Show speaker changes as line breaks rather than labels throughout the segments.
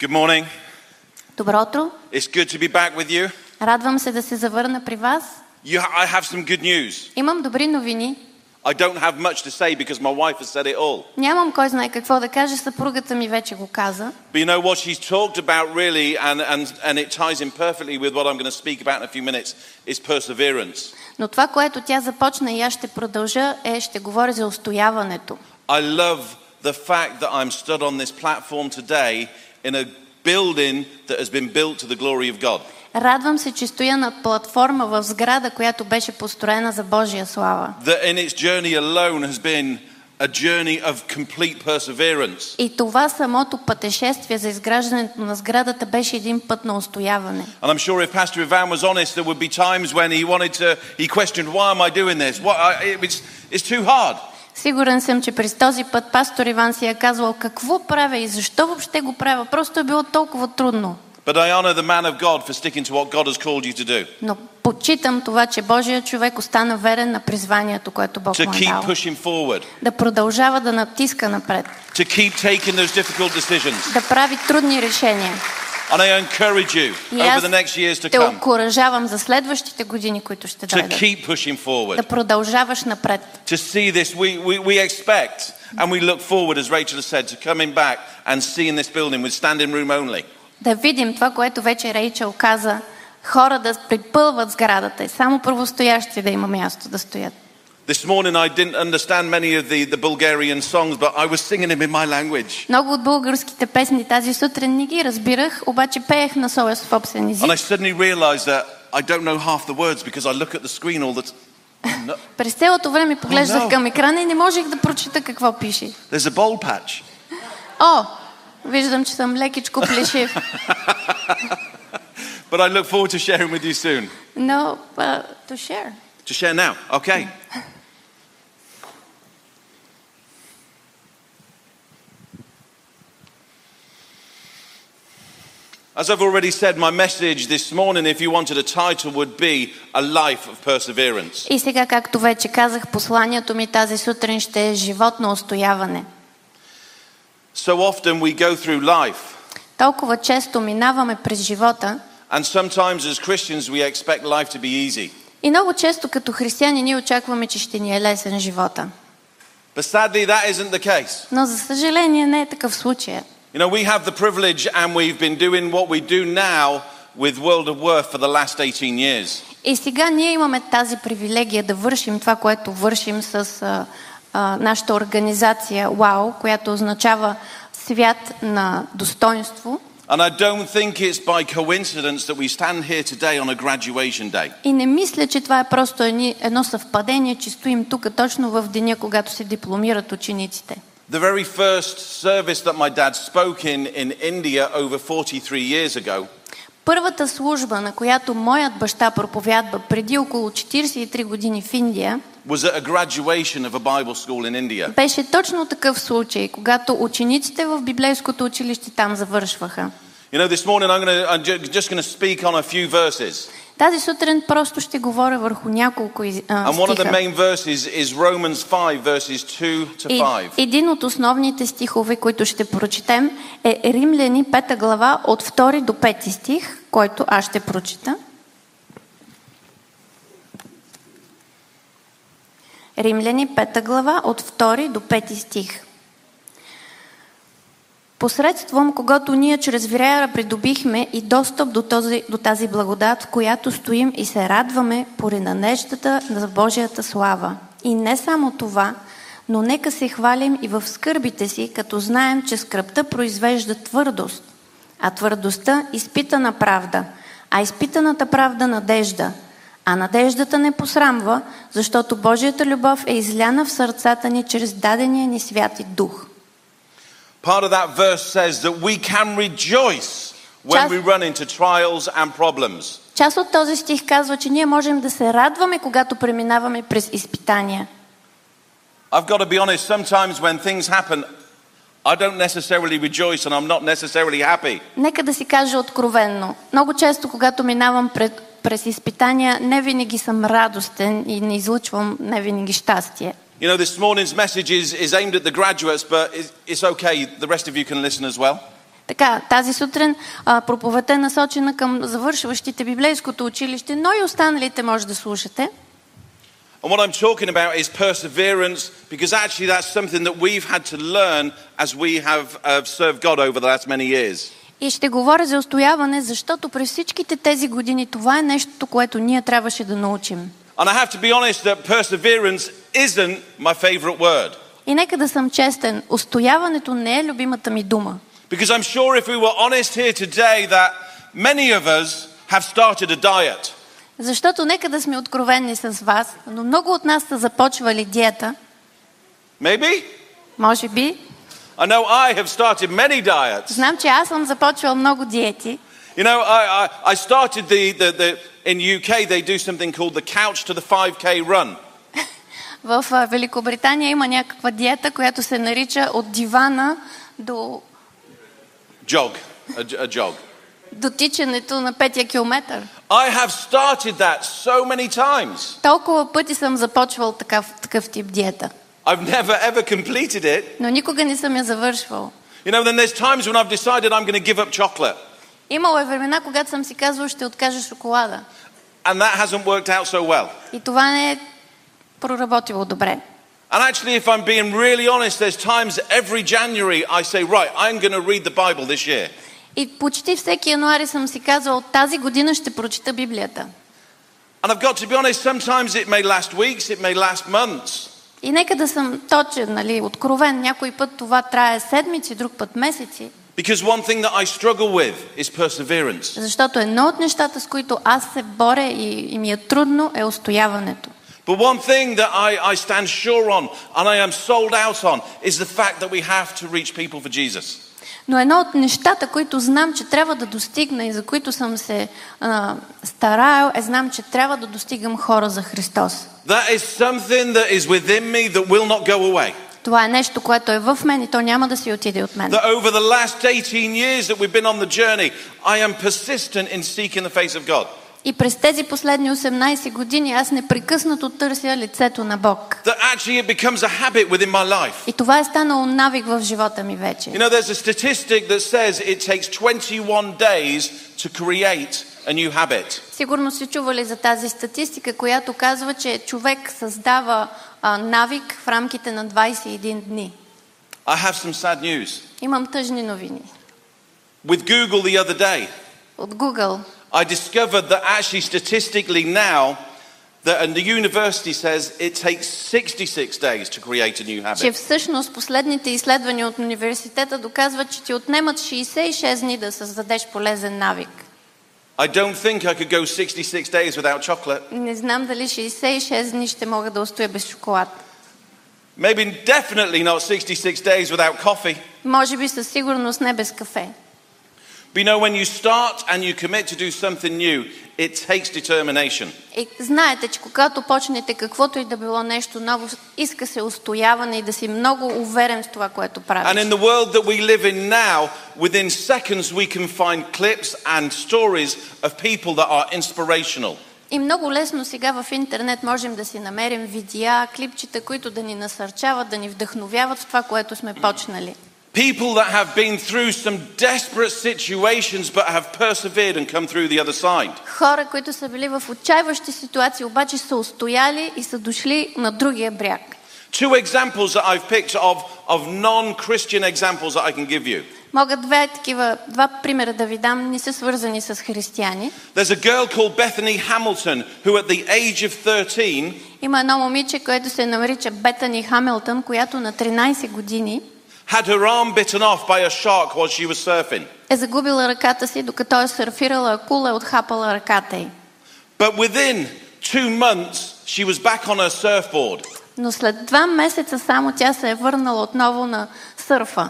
Good morning.
Добро утро!
It's good to be back with you.
Радвам се да се завърна при вас.
you I have some good news.
Имам добри новини.
I don't have much to say because my wife has said it all.
Нямам кой знае какво да кажа, съпругата ми вече го каза.
But you know what she's talked about really, and, and, and it ties in perfectly with what I'm going to speak about in a few minutes, is perseverance.
Но това, което тя започна и аз ще продължа, е ще говоря за устояването.
I love the fact that I'm stood on this platform today in a building that has been built to the glory of God.
Радвам се, че стоя на платформа в сграда, която беше построена за Божия слава.
That in its journey alone has been a journey of complete perseverance.
И това самото пътешествие за изграждането на сградата беше един път на устояване.
And I'm sure if Pastor Ivan was honest, there would be times when he wanted to, he questioned, why am I doing this? What, I, it, it's, it's too hard.
Сигурен съм, че през този път пастор Иван си е казвал какво правя и защо въобще го правя. Просто е било толкова трудно.
But I honor the man of God for sticking to what God has called you to do,
Но почитам това, че Божия човек остана верен на призванието, което Бог
to
му е
keep
дал.
pushing forward,
Да продължава да натиска напред,
to keep taking those difficult decisions.
да прави трудни решения.
And I encourage you
И
over
аз
the next years to
те
come
окоръжавам за следващите години, които ще
to
дойдат.
keep pushing
Да
forward,
продължаваш напред.
to see this. We, we, we expect and we look forward, as Rachel has said, to coming back and seeing this building with standing room only.
Да видим това, което вече Рейчел каза. Хора да припълват сградата и само правостоящи да има място да стоят.
This morning I didn't understand many of the, the Bulgarian songs, but I was singing them in my language.
Много от българските песни тази сутрин не ги разбирах, обаче пеех на своя собствен език.
And I suddenly realized that I don't know half the words because I look at the screen all the time.
През цялото време поглеждах
no.
към екрана и не можех да прочита какво пише.
There's a bold patch.
О, виждам, че съм лекичко плешив,
But I look forward to sharing with you soon.
но uh, to share.
To share now. Okay. As I've already said, my message this morning, if you wanted a title, would be A Life of Perseverance.
И сега, както вече казах, посланието ми тази сутрин ще е живот на устояване.
So often we go through life
Толкова често минаваме през живота
And sometimes as Christians, we expect life to be easy.
и много често като християни ние очакваме, че ще ни е лесен живота.
But sadly, that isn't the case.
Но за съжаление не е такъв случай.
You know, we have the privilege and we've been doing what we do now with World of Worth for the last 18 years.
И сега ние имаме тази привилегия да вършим това, което вършим с а, а, нашата организация УАО, която означава свят на достоинство.
And I don't think it's by coincidence that we stand here today on a graduation day.
И не мисля, че това е просто едни- едно съвпадение, че стоим тук точно в деня, когато се дипломират учениците.
The very first service that my dad spoke in in India over 43 years ago
Първата служба, на която моят баща проповядва преди около 43 години в Индия,
was at a graduation of a Bible school in India.
беше точно такъв случай, когато учениците в библейското училище там завършваха.
You know, this morning I'm, gonna, I'm ju- just going to speak on a few verses.
Тази сутрин просто ще говоря върху няколко из- а,
And one of the
стиха.
main verses is Romans 5, verses 2 to
И,
5.
един от основните стихове, които ще прочетем, е Римляни 5 глава от 2 до 5 стих, който аз ще прочита. Римляни 5 глава от 2 до 5 стих. Посредством, когато ние чрез вяра придобихме и достъп до, този, до тази благодат, в която стоим и се радваме поради надеждата на Божията слава. И не само това, но нека се хвалим и в скърбите си, като знаем, че скръпта произвежда твърдост, а твърдостта изпитана правда, а изпитаната правда надежда. А надеждата не посрамва, защото Божията любов е изляна в сърцата ни чрез дадения ни святи дух.
Part of that verse says that we can rejoice when
Just-
we run into trials and problems.
Част от този стих казва, че ние можем да се радваме, когато преминаваме през изпитания.
I've got to be honest, sometimes when things happen, I don't necessarily rejoice and I'm not necessarily happy.
Нека да си кажа откровенно. Много често, когато минавам пред, през изпитания, не винаги съм радостен и не излъчвам не винаги щастие.
You know, this morning's message is, is aimed at the graduates, but it's, it's okay. The rest of you can listen as well.
Така, тази сутрин а, проповедта е насочена към завършващите библейското училище, но и останалите може да слушате.
And what I'm talking about is perseverance, because actually that's something that we've had to learn as we have uh, served God over the last many years.
И ще говоря за устояване, защото през всичките тези години това е нещото, което ние трябваше да научим.
And I have to be honest that perseverance isn't my favorite word.
И нека да съм честен, устояването не е любимата ми дума.
Because I'm sure if we were honest here today, that many of us have started a diet.
Защото нека да сме откровенни с вас, но много от нас са започвали диета,
Maybe?
може би.
I know I have started many diets.
Знам, че аз съм започвал много диети.
You know, I, I, I started the, the, the, in UK, they do something called the couch to the 5K run.
В а, Великобритания има някаква диета, която се нарича от дивана до,
Jog, a, j- a jog.
до тичането на петия километър.
I have started that so many times.
Толкова пъти съм започвал такъв, такъв тип диета,
I've never ever completed it.
но никога не съм я завършвал.
You know, then there's times when I've decided I'm going to give up chocolate,
Имало е времена, когато съм си казвал, ще откажа шоколада.
and that hasn't worked out so well.
И това не е проработило добре.
And actually, if I'm being really honest, there's times every January I say, right, I'm going to read the Bible this year.
И почти всеки януари съм си казвал, от тази година ще прочита Библията.
And I've got to be honest, sometimes it may last weeks, it may last months.
И нека да съм точен, нали, откровен. Някой път това трае седмици, друг път месеци.
Because one thing that I struggle with is perseverance.
Защото едно от нещата, с които аз се боря и, и ми е трудно, е устояването.
But one thing that I, I stand sure on and I am sold out on is the fact that we have to reach people for Jesus.
Но едно от нещата, които знам, че трябва да достигна и за които съм се а, стараял, е знам, че трябва да достигам хора за Христос.
That is something that is within me that will not go away.
Това е нещо, което е в мен и то няма да си отиде от мен.
That over the last 18 years that we've been on the journey, I am persistent in seeking the face of God.
И през тези последни 18 години аз непрекъснато търся лицето на Бог.
That actually it becomes a habit within my life.
И това е станало навик в живота ми вече.
You know, there's a statistic that says it takes 21 days to create a new habit.
Сигурно сте чували за тази статистика, която казва, че човек създава а, навик в рамките на 21 дни.
I have some sad news.
Имам тъжни новини.
With Google the other day,
От Google
I discovered that actually statistically now, that and the university says it takes 66 days to create a new habit.
че всъщност последните изследвания от университета доказват, че ти отнемат 66 дни да създадеш полезен навик.
I don't think I could go 66 days without chocolate.
Не знам дали 66 дни ще мога да устоя без шоколад.
Maybe definitely not 66 days without coffee.
Може би със сигурност не без кафе.
But you know, when you start and you commit to do something new, it takes determination.
И Е, знаете, че когато почнете каквото и да било нещо ново, иска се устояване и да си много уверен в това, което
And
правиш.
in the world that we live in now, within seconds, we can find clips and stories of people that are inspirational.
И много лесно сега в интернет можем да си намерим видеа, клипчета, които да ни насърчават, да ни вдъхновяват в това, което сме почнали.
People that have been through some desperate situations but have persevered and come through the other side.
Хора, които са били в отчаиващи ситуации, обаче са устояли и са дошли на другия бряг.
Two examples that I've picked of, of non Christian examples that I can give you.
Мога две такива, два примера да ви дам, не са свързани с християни.
There's a girl called Bethany Hamilton who, at the age of 13,
Има едно момиче, което се нарича Бетани Хамилтън, която на 13 години
had her arm bitten off by a shark while she was surfing.
е загубила ръката си, докато е сърфирала акула, е отхапала ръката й.
But within two months, she was back on her surfboard.
Но след два месеца само тя се е върнала отново на сърфа.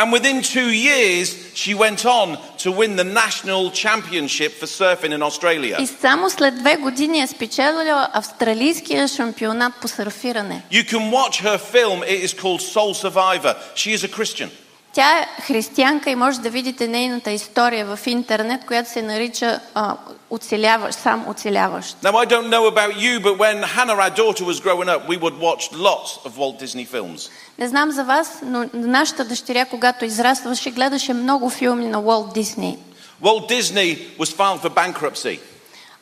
And within two years, she went on to win the national championship for surfing in Australia.
И само след две години е спечелила австралийския шампионат по сърфиране.
You can watch her film, it is called Soul Survivor. She is a Christian.
Тя е християнка и може да видите нейната история в интернет, която се нарича а, оцеляващ, сам оцеляващ.
Now, I don't know about you, but when Hannah, our daughter, was growing up, we would watch lots of Walt Disney films.
Не знам за вас, но нашата дъщеря, когато израстваше, гледаше много филми на Уолт Дисни.
Walt Disney was filed for bankruptcy.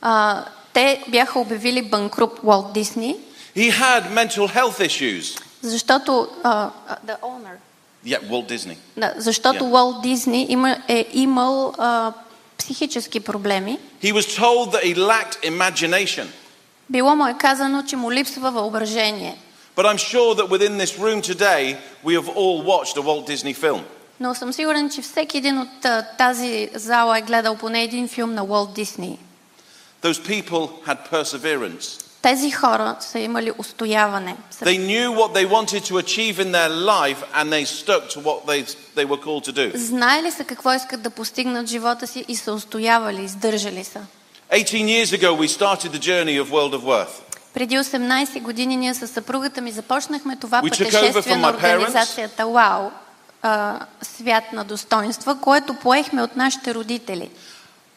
А, те бяха обявили банкруп Уолт Дисни,
He had mental health issues.
защото, а, а, the owner.
Yeah, Walt Disney.
Да, защото
Yeah.
Уолт Дисни има, е имал а, психически проблеми.
He was told that he lacked imagination.
Било му е казано, че му липсва въображение.
But I'm sure that within this room today, we have all watched a Walt Disney film.
Но съм сигурен, че всеки един от а, тази зала е гледал поне един филм на Уолт Дисни.
Those people had perseverance.
Тези хора са имали устояване.
They knew what they wanted to achieve in their life and they stuck to what they, they were called to do.
Знаели са какво искат да постигнат в живота си и са устоявали, издържали са.
18 years ago, we started the journey of World of Worth.
Преди 18 години ние със съпругата ми започнахме това
We took over
пътешествие
from
на
my parents.
организацията ЛАО, свят на достоинства, което поехме от нашите родители.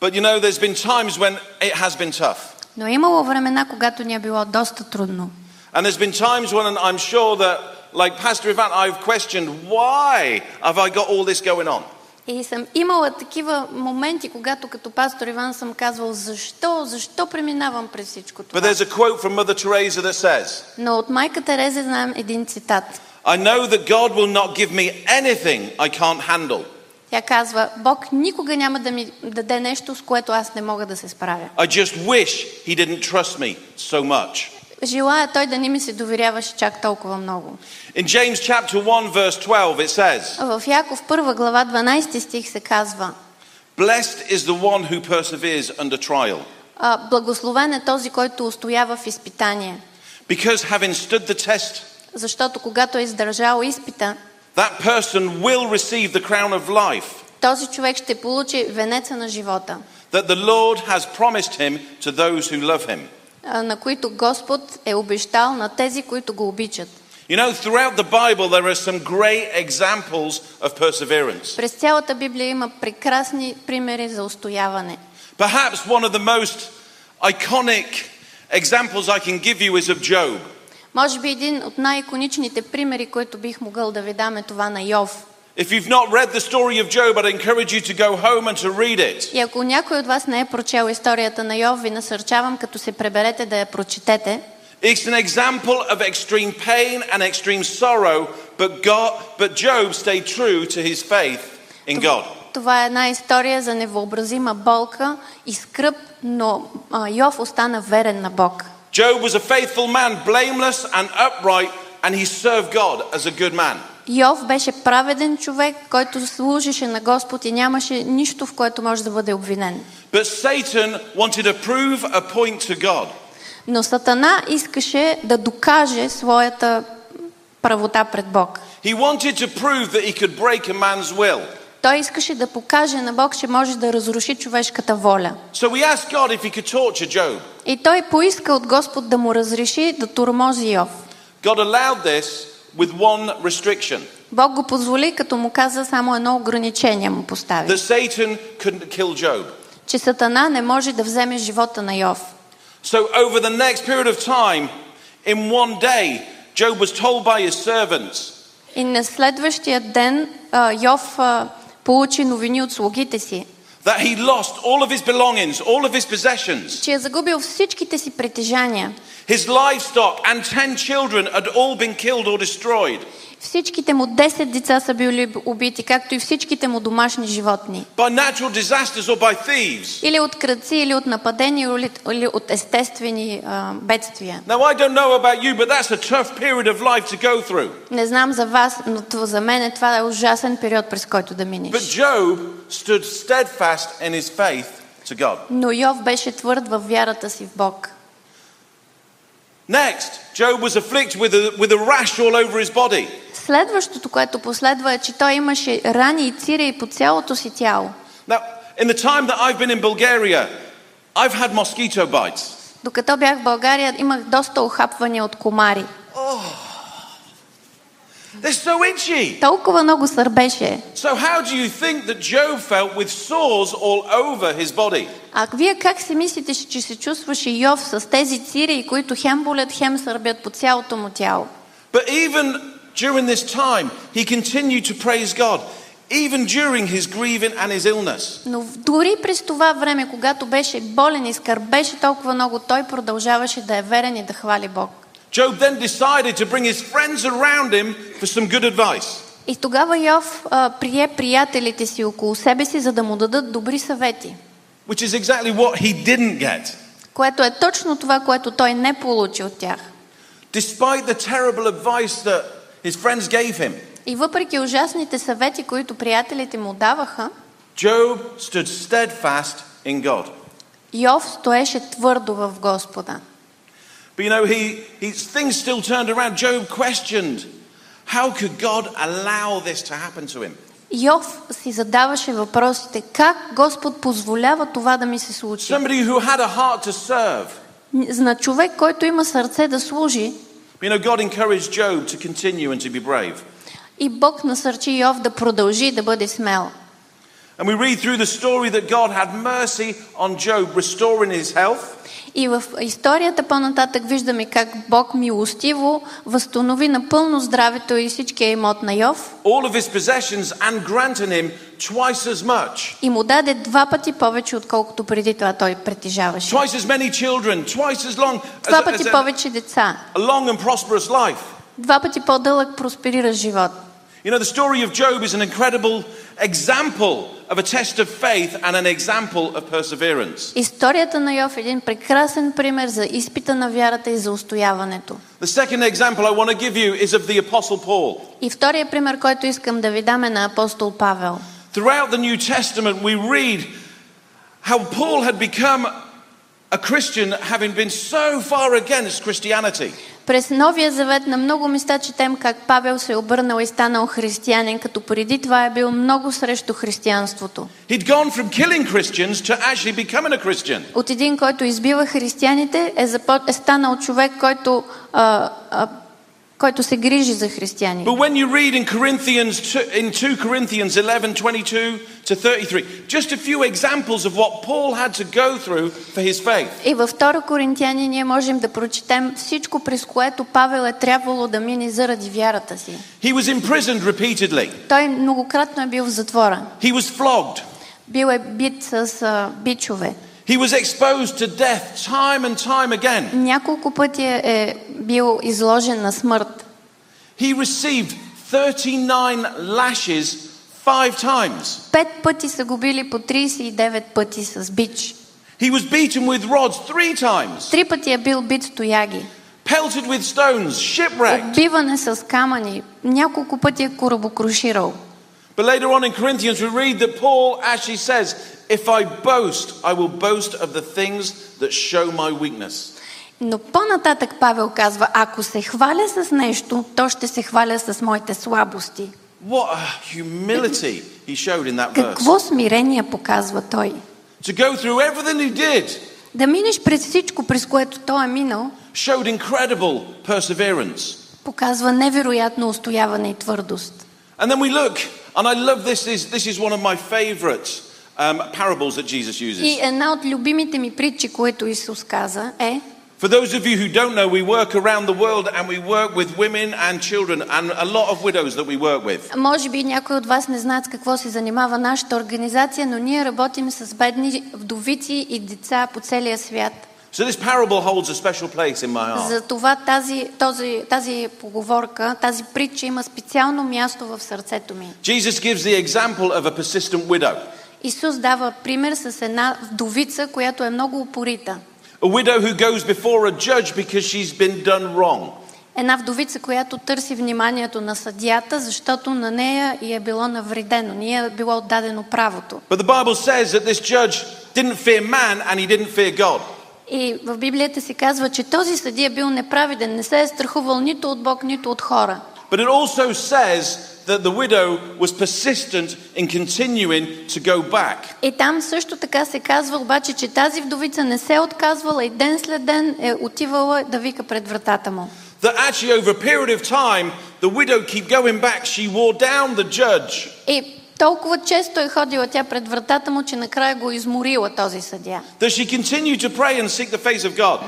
But you know, there's been times when it has been tough.
Но е имало времена, когато ни е било доста трудно.
And there's been times when I'm sure that, like Pastor Ivan, I've questioned why have I got all this going on?
И съм имала такива моменти, когато като пастор Иван съм казвал, защо, защо преминавам през всичко
But
това.
there's a quote from Mother Teresa that says,
Но от майка Тереза знаем един цитат.
I know that God will not give me anything I can't handle.
Тя казва, Бог никога няма да ми даде нещо, с което аз не мога да се справя.
I just wish He didn't trust me so much.
Желая той да не ми се доверяваше чак толкова много.
In James chapter 1, verse 12, it says,
В Яков 1 глава 12 стих се казва
Blessed is the one who perseveres under trial,
а, Благословен е този, който устоява в изпитание.
because having stood the test,
Защото когато е издържал изпита,
that person will receive the crown of life
този човек ще получи венеца на живота,
that the Lord has promised him to those who love him.
а, на които Господ е обещал на тези, които го обичат.
You know, throughout the Bible, there are some great examples of perseverance.
През цялата Библия има прекрасни примери за устояване.
Perhaps one of the most iconic examples I can give you is of Job.
Може би един от най-иконичните примери, които бих могъл да ви дам е това на Йов.
If you've not read the story of Job, I'd encourage you to go home and to read it.
И ако някой от вас не е прочел историята на Йов, ви насърчавам, като се преберете да я прочетете.
It's an example of extreme pain and extreme sorrow, but, God, but Job stayed true to his faith in God.
Това е една история за невъобразима болка и скръп, но а, Йов остана верен на Бог.
Job was a faithful man, blameless and upright, and he served God as a good man.
Йов беше праведен човек, който служеше на Господ и нямаше нищо, в което може да бъде обвинен.
But Satan wanted to prove a point to God.
Но Сатана искаше да докаже своята правота пред Бог.
He wanted to prove that he could break a man's will.
Той искаше да покаже на Бог, че може да разруши човешката воля.
So he asked God if he could torture Job.
И той поиска от Господ да му разреши да турмози Йов.
God allowed this with one restriction
Бог го позволи, като му каза само едно ограничение му постави.
that Satan couldn't kill Job.
Че Сатана не може да вземе живота на Йов.
So over the next period of time, in one day, Job was told by his servants,
И на следващия ден а, Йов а, получи новини от слугите си,
that he lost all of his belongings, all of his possessions.
че е загубил всичките си притежания.
His livestock and 10 children had all been killed or destroyed
Всичките му 10 деца са били убити, както и всичките му домашни животни.
by natural disasters or by thieves.
Или от кръци, или от нападения, или от- или от естествени а, бедствия.
Now, I don't know about you, but that's a tough period of life to go through.
Не знам за вас, но това- за мен е това е ужасен период, през който да минеш.
But Job stood steadfast in his faith to God.
Но Йов беше твърд във вярата си в Бог.
Next, Job was afflicted with a, with a rash all over his body.
Следващото, което последва е, че той имаше рани и цири по цялото си тяло.
Now, in the time that I've been in Bulgaria, I've had mosquito bites.
Докато бях в България, имах доста охапвания от комари.
They're so itchy.
Толкова много сърбеше.
So, how do you think that Job felt with sores all over his body?
А вие как се мислите, че се чувстваше Йов с тези цири, които хем болят, хем сърбят по цялото му тяло?
But even during this time, he continued to praise God, even during his grieving and his illness.
Но в- дори през това време, когато беше болен и скърбеше толкова много, той продължаваше да е верен и да хвали Бог.
Job then decided to bring his friends around him for some good advice.
И тогава Йов а, прие приятелите си около себе си, за да му дадат добри съвети,
Which is exactly what he didn't get.
което е точно това, което той не получи от тях.
Despite the terrible advice that his friends gave him,
И въпреки ужасните съвети, които приятелите му даваха,
Job stood steadfast in God.
Йов стоеше твърдо в Господа.
But you know, he, he, things still turned around. Job questioned, how could God allow this to happen to him?
Йов си задаваше въпросите, как Господ позволява това да ми се случи?
Somebody who had a heart to serve.
На човек, който има сърце да служи,
You know, God encouraged Job to continue and to be brave.
и Бог насърчи Йов да продължи да бъде смел.
And we read through the story that God had mercy on Job, restoring his health.
И в историята по-нататък виждаме как Бог милостиво възстанови напълно здравето и всичкия имот на Йов
all of his possessions and granting him twice as much,
и му даде два пъти повече, отколкото преди това той притежаваше.
twice as many children, twice as long, as,
Два
a-
пъти
as a,
повече деца,
a long and prosperous life.
два пъти по-дълъг проспериращ живот.
You know, the story of Job is an incredible example of a test of faith and an example of perseverance.
Историята на Йов е един прекрасен пример за изпита на вярата и за устояването.
The second example I want to give you is of the Apostle Paul.
И втория пример, който искам да ви дам е на апостол Павел.
Throughout the New Testament, we read how Paul had become a Christian having been so far against Christianity.
През Новия Завет на много места четем как Павел се е обърнал и станал християнин, като преди това е бил много срещу християнството.
He'd gone from killing Christians to actually becoming a Christian.
От един, който избива християните, е, запо... е станал човек, който, а, а, който се грижи за християни.
But when you read in Corinthians two, in 2 Corinthians 11 22 to 33, just a few examples of what Paul had to go through for his faith.
И във 2 Коринтияни ние можем да прочетем всичко, през което Павел е трябвало да мине заради вярата си.
He was imprisoned repeatedly.
Той многократно е бил в затвора.
He was flogged.
Бил е бит с а, бичове.
He was exposed to death time and time again.
Няколко пъти е- е бил изложен на смърт.
He received 39 lashes 5 times.
Пет пъти са го били по 39 пъти с бич.
He was beaten with rods 3 times,
Три пъти е бил бит с тояги.
pelted with stones, shipwrecked.
Отбиване с камъни. Няколко пъти е корабокруширал.
But later on in Corinthians, we read that Paul actually says, If I boast, I will boast of the things that show my weakness.
Но по-нататък Павел казва, ако се хваля с нещо, то ще се хваля с моите слабости.
What a humility he showed in that verse.
Какво смирение показва той?
To go through everything he did
Да минеш през всичко, през което той е минал,
showed incredible perseverance.
показва невероятно устояване и твърдост.
And then we look, and I love this, is, this is one of my favorite um, parables that Jesus
И
uses.
една от любимите ми притчи, които Исус каза е
For those of you who don't know, we work around the world and we work with women and children and a lot of widows that we work with.
Може би някои от вас не знаят с какво се занимава нашата организация, но ние работим с бедни вдовици и деца по целия свят.
So this parable holds a special place in my heart.
Затова тази, този, тази поговорка, тази притча има специално място в сърцето ми.
Jesus gives the example of a persistent widow,
Исус дава пример с една вдовица, която е много упорита.
a widow who goes before a judge because she's been done wrong.
Една вдовица, която търси вниманието на съдията, защото на нея й е било навредено, не й е било отдадено правото.
But the Bible says that this judge didn't fear man and he didn't fear God.
И в Библията се казва, че този съдия бил неправеден, не се е страхувал нито от Бог, нито от хора.
But it also says that the widow was persistent in continuing to go back.
И там също така се казва обаче, че тази вдовица не се е отказвала и ден след ден е отивала да вика пред вратата му.
that actually over a period of time, the widow keep going back. She wore down the judge.
И толкова често е ходила тя пред вратата му, че накрая го е изморила този съдия.
That she continued to pray and seek the face of God.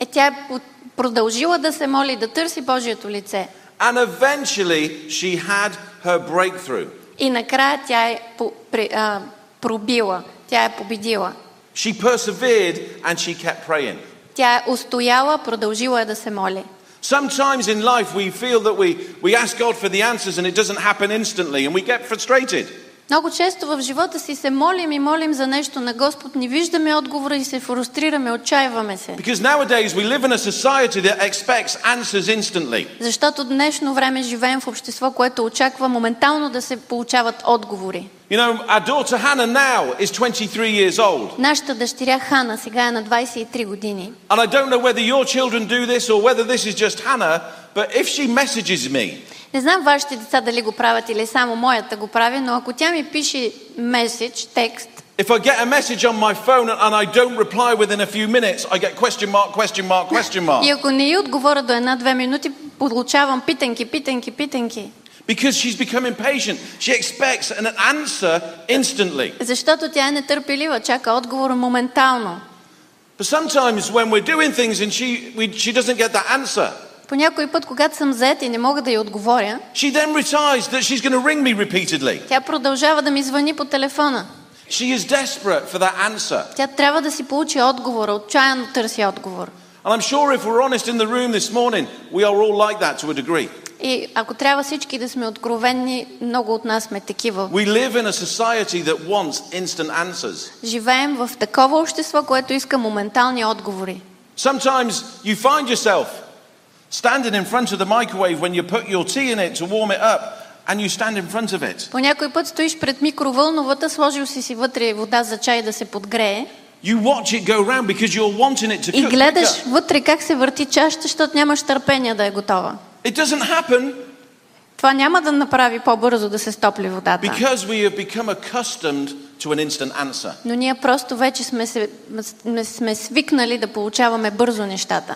Е, тя е по- продължила да се моли, да търси Божието лице.
And eventually, she had her breakthrough.
И накрая тя е по- при- а, пробила, тя е победила.
She persevered and she kept praying.
Тя е устояла, продължила е да се моли.
Sometimes in life, we feel that we, we ask God for the answers and it doesn't happen instantly, and we get frustrated.
Много често в живота си се молим и молим за нещо на Господ, не виждаме отговора и се фрустрираме, отчаиваме се.
Because nowadays, we live in a society that expects answers instantly.
Защото днешно време живеем в общество, което очаква моментално да се получават отговори.
You know, our daughter Hannah now is 23 years old.
Нашата дъщеря Хана сега е на 23 години.
And I don't know whether your children do this or whether this is just Hannah, but if she messages me
Не знам вашите деца дали го правят или само моята го прави, но ако тя ми пише меседж, текст,
If I get a message on my phone and and I don't reply within a few minutes, I get question mark, question mark, question mark.
и ако не й отговоря до една-две минути, получавам питанки, питанки, питанки.
Because she's become impatient. She expects an answer instantly.
Защото тя е нетърпелива, чака отговор моментално.
But sometimes when we're doing things and she, we, she doesn't get that answer,
По някой път, когато съм заета и не мога да й отговоря,
she then retires that she's going to ring me repeatedly.
тя продължава да ми звъни по телефона.
She is desperate for that answer.
Тя трябва да си получи отговора, отчаяно търси отговор.
And I'm sure if we're honest in the room this morning, we are all like that to a degree.
И ако трябва всички да сме откровенни, много от нас сме такива.
We live in a society that wants instant answers.
Живеем в такова общество, което иска моментални отговори.
Sometimes you find yourself standing in front of the microwave when you put your tea in it to warm it up, and you stand in front of it.
По някой път стоиш пред микровълновата, сложил си си вътре вода за чай да се подгрее
You watch it go round because you're wanting it to
и
cook.
гледаш
quicker.
вътре как се върти чашата, защото нямаш търпение да е готова.
It doesn't happen
Това няма да направи по-бързо да се стопли водата.
because we have become accustomed to an instant answer.
Но ние просто вече сме, се, сме- сме свикнали да получаваме бързо нещата.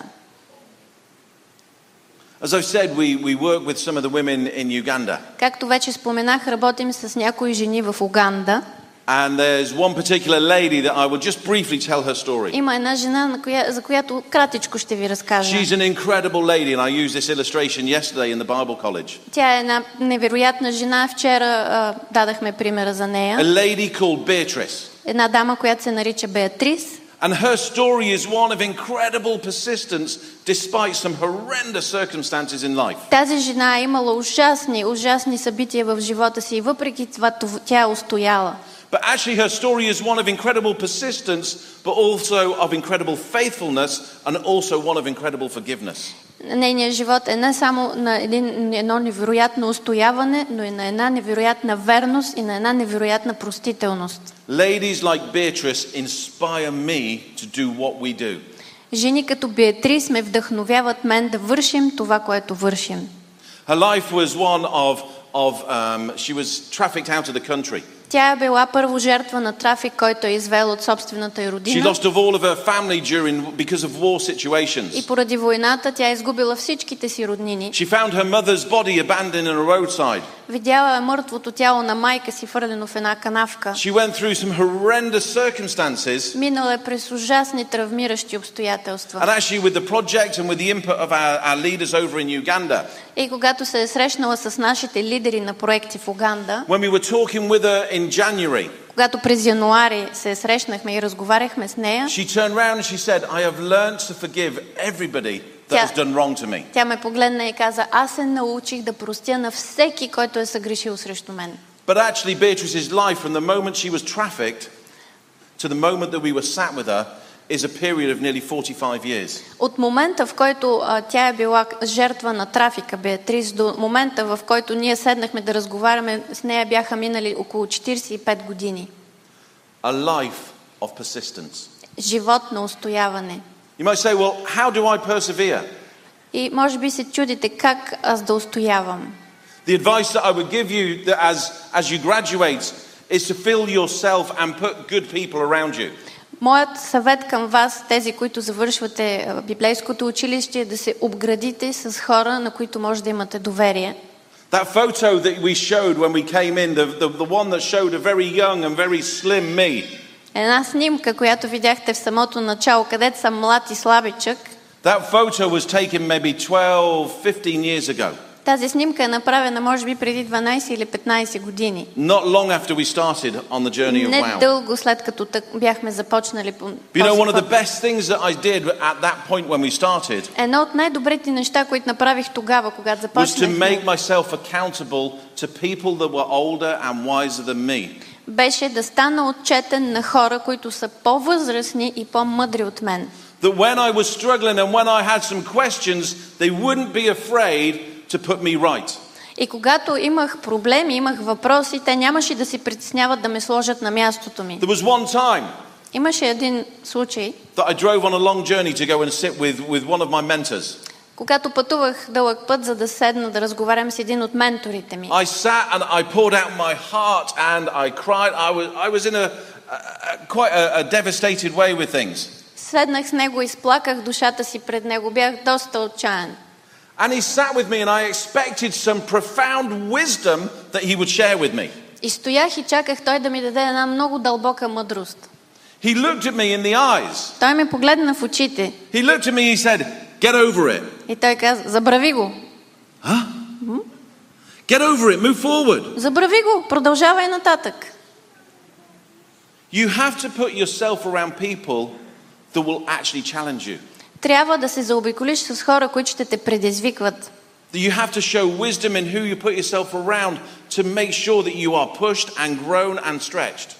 As I've said, we, we work with some of the women in Uganda,
Както вече споменах, работим с някои жени в Уганда.
and there's one particular lady that I will just briefly tell her story.
Има една жена, на коя, за която кратичко ще ви разкажа.
She's an incredible lady, and I used this illustration yesterday in the Bible College.
Тя е една невероятна жена. Вчера а, дадахме примера за
A
нея.
lady called Beatrice.
Една дама, която се нарича Беатрис.
And her story is one of incredible persistence despite some horrendous circumstances in life.
Тази жена е имала ужасни, ужасни събития в живота си и въпреки това тов- тя е устояла.
But actually, her story is one of incredible persistence, but also of incredible faithfulness and also one of incredible forgiveness.
Нейният живот е не само на един, едно невероятно устояване, но и на една невероятна верност и на една невероятна простителност.
Ladies like Beatrice inspire me to do what we do.
Жени като Беатрис ме вдъхновяват мен да вършим това, което вършим.
Her life was one of, of um, she was trafficked out of the country.
Тя е била първо жертва на трафик, който е извел от собствената й
She
родина.
lost of all of her family during, because of war situations.
И поради войната тя е изгубила всичките си роднини.
She found her mother's body abandoned in a roadside.
Видяла е мъртвото тяло на майка си, фърлено в една канавка.
She went through some horrendous circumstances.
Минала е през ужасни травмиращи обстоятелства.
And actually, with the project and with the input of our, our leaders over in Uganda,
И когато се е срещнала с нашите лидери на проекти в Уганда,
when we were talking with her in January,
когато през януари се е срещнахме и разговаряхме с нея,
she turned round and she said, I have learned to forgive everybody that has
Yeah.
done wrong to me.
тя ме погледна и каза, аз се научих да простя на всеки, който е съгрешил срещу мен.
But actually, Beatrice's life, from the moment she was trafficked to the moment that we were sat with her, is a period of nearly 45 years.
От момента, в който а, тя е била жертва на трафика, Беатрис, до момента, в който ние седнахме да разговаряме, с нея бяха минали около 45 години.
A life of persistence.
Живот на устояване.
You might say, well, how do I persevere?
И може би се чудите как аз да устоявам.
The advice that I would give you that as, as you graduate is to fill yourself and put good people around you.
Моят съвет към вас, тези, които завършвате а, библейското училище, е да се обградите с хора, на които може да имате доверие.
That photo that we showed when we came in, the, the, the one that showed a very young and very slim me,
Една снимка, която видяхте в самото начало, където съм млад и слабичък,
that photo was taken maybe 12, 15 years ago,
тази снимка е направена може би преди 12 или 15 години.
not long after we started on the journey of
Не
WOW.
дълго след като тък, бяхме започнали по
You know,
този
one of the
път.
best things that I did at that point when we started
Едно от най-добрите неща, които направих тогава, когато
was to
започнахме,
make myself accountable to people that were older and wiser than me.
беше да стана отчетен на хора, които са по-възрастни и по-мъдри от мен.
That when I was struggling and when I had some questions, they wouldn't be afraid to put me right.
И когато имах проблеми, имах въпроси, те нямаше да се притесняват да ме сложат на мястото ми.
There was one time
Имаше един случай,
that I drove on a long journey to go and sit with, with one of my mentors.
когато пътувах дълъг път, за да седна да разговарям с един от менторите ми.
I sat and I poured out my heart and I cried. I was, I was in a, a, a quite a, a devastated way with things.
Седнах с него, изплаках душата си пред него, бях доста отчаян.
And he sat with me, and I expected some profound wisdom that he would share with me.
И стоях и чаках той да ми даде една много дълбока мъдрост.
He looked at me in the eyes.
Той ме погледна в очите
He looked at me, he said, Get over it.
и той каза, забрави го,
Get over it. Move forward.
забрави го, продължавай нататък.
You have to put yourself around people that will actually challenge you.
Трябва да се заобиколиш с хора, които ще те предизвикват.
That You have to show wisdom in who you put yourself around to make sure that you are pushed and grown and stretched.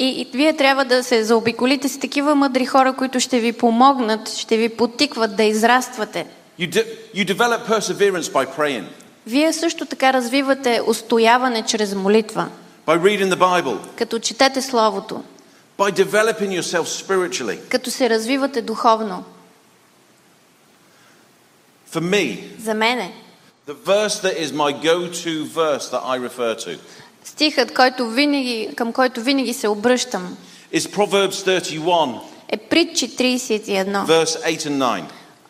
И, и вие трябва да се заобиколите с такива мъдри хора, които ще ви помогнат, ще ви потикват да израствате.
You, de- you develop perseverance by praying,
Вие също така развивате устояване чрез молитва,
by reading the Bible,
като четете Словото,
by developing yourself spiritually.
като се развивате духовно.
For me,
За мене,
the verse that is my go to verse that I refer to
стихът, който винаги, към който винаги се обръщам,
is Proverbs 31,
е притчи 31,
verse 8 and 9.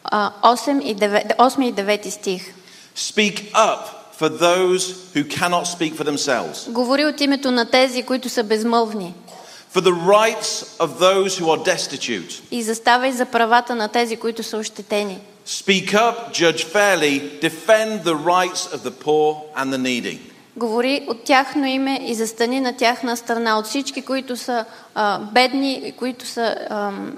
а, 8 и 9, 8 и 9 стих.
Speak up for those who cannot speak for themselves,
Говори от името на тези, които са безмълвни
for the rights of those who are destitute.
и заставай за правата на тези, които са ощетени.
Speak up, judge fairly, defend the rights of the poor and the needy.
Говори от тяхно име и застани на тяхна страна, от всички, които са а, бедни и които са ам,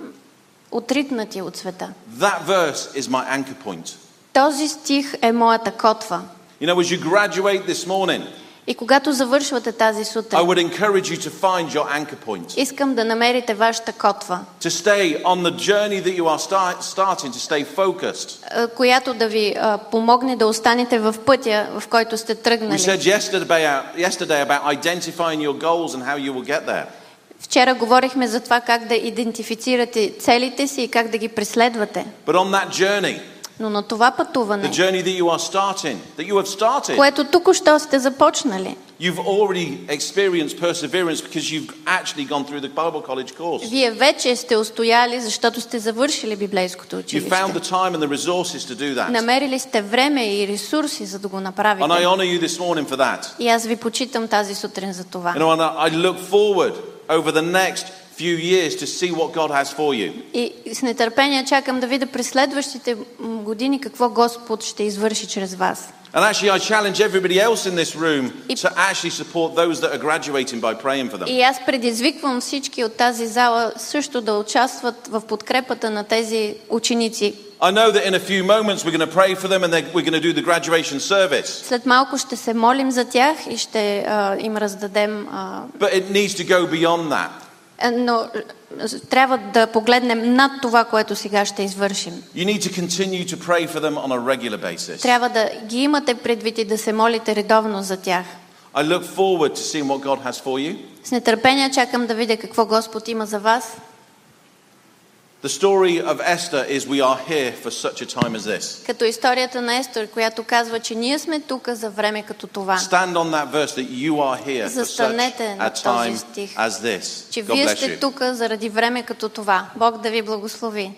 отритнати от света.
That verse is my anchor point.
Този стих е моята котва.
You know, as you graduate this morning,
И когато завършвате тази
I
сутрин,
would encourage you to find your anchor point,
искам да намерите вашата котва,
to stay on the journey that you are start, starting, to stay focused.
а, която да ви а, помогне да останете в pътя, в който сте
We
тръгнали.
said yesterday, yesterday about identifying your goals and how you will get there.
Вчера говорихме за това как да идентифицирате целите си и как да ги преследвате.
But on that journey,
Но на това
the
пътуване,
journey that you are starting, that you have started,
което току-що сте започнали,
You've already experienced perseverance because you've actually gone through the Bible college course.
Вие вече сте устояли, защото сте завършили библейското
You found the
училище.
time and the resources to do that.
Намерили сте време и ресурси, за да го
And I
направите.
honor you this morning for that.
И аз ви почитам тази сутрин за
You
това.
know, and I I look forward over the next few years to see what God has for you.
И с нетърпение чакам да видя през следващите м, години какво Господ ще извърши чрез вас.
And actually, I challenge everybody else in this room
If-
to actually support those that are graduating by praying for them.
И аз предизвиквам всички от тази зала също да участват в подкрепата на тези ученици.
I know that in a few moments we're going to pray for them and then we're going to do the graduation service.
След малко ще се молим за тях и ще а, им раздадем. А,
But it needs to go beyond that.
е, но е, трябва да погледнем над това, което сега ще извършим.
You need to continue to pray for them on a regular basis.
Трябва да ги имате предвид и да се молите редовно за тях.
I look forward to seeing what God has for you.
С нетърпение чакам да видя какво Господ има за вас.
The story of Esther is we are here for such a time as this.
Като историята на Естер, която казва, че ние сме тук за време като това.
Stand on that verse that you are here for such
Застанете на
a
този
time
стих.
as this.
Че
God
вие
bless you.
сте тук заради време като това. Бог да ви благослови.